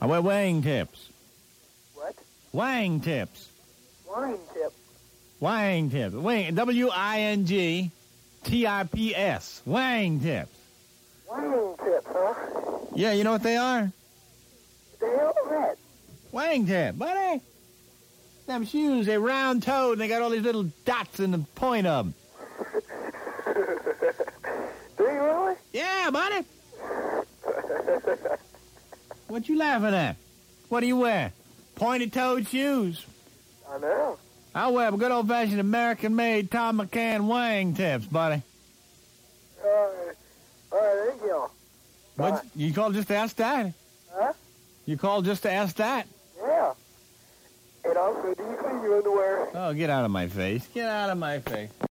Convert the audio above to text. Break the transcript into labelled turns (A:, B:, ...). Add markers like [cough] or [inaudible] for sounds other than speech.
A: I wear wang Uh, tips.
B: What?
A: Wang tips.
B: Wine tip.
A: Wang tips. Wang. W I N G T I P S. Wang tips.
B: Wine tip, huh?
A: Yeah, you know what they are?
B: The hell is that?
A: Wang tip, buddy. Them shoes, they round toed and they got all these little dots in the point of them.
B: Do you really?
A: Yeah, [laughs] buddy. what you laughing at? What do you wear? Pointed toed shoes.
B: I know.
A: I wear good old fashioned American made Tom McCann Wang tips, buddy.
B: Uh, all right, thank you.
A: What you call just to ask that?
B: Huh?
A: You call just to ask that?
B: Yeah. And also, do you clean your underwear?
A: Oh, get out of my face. Get out of my face.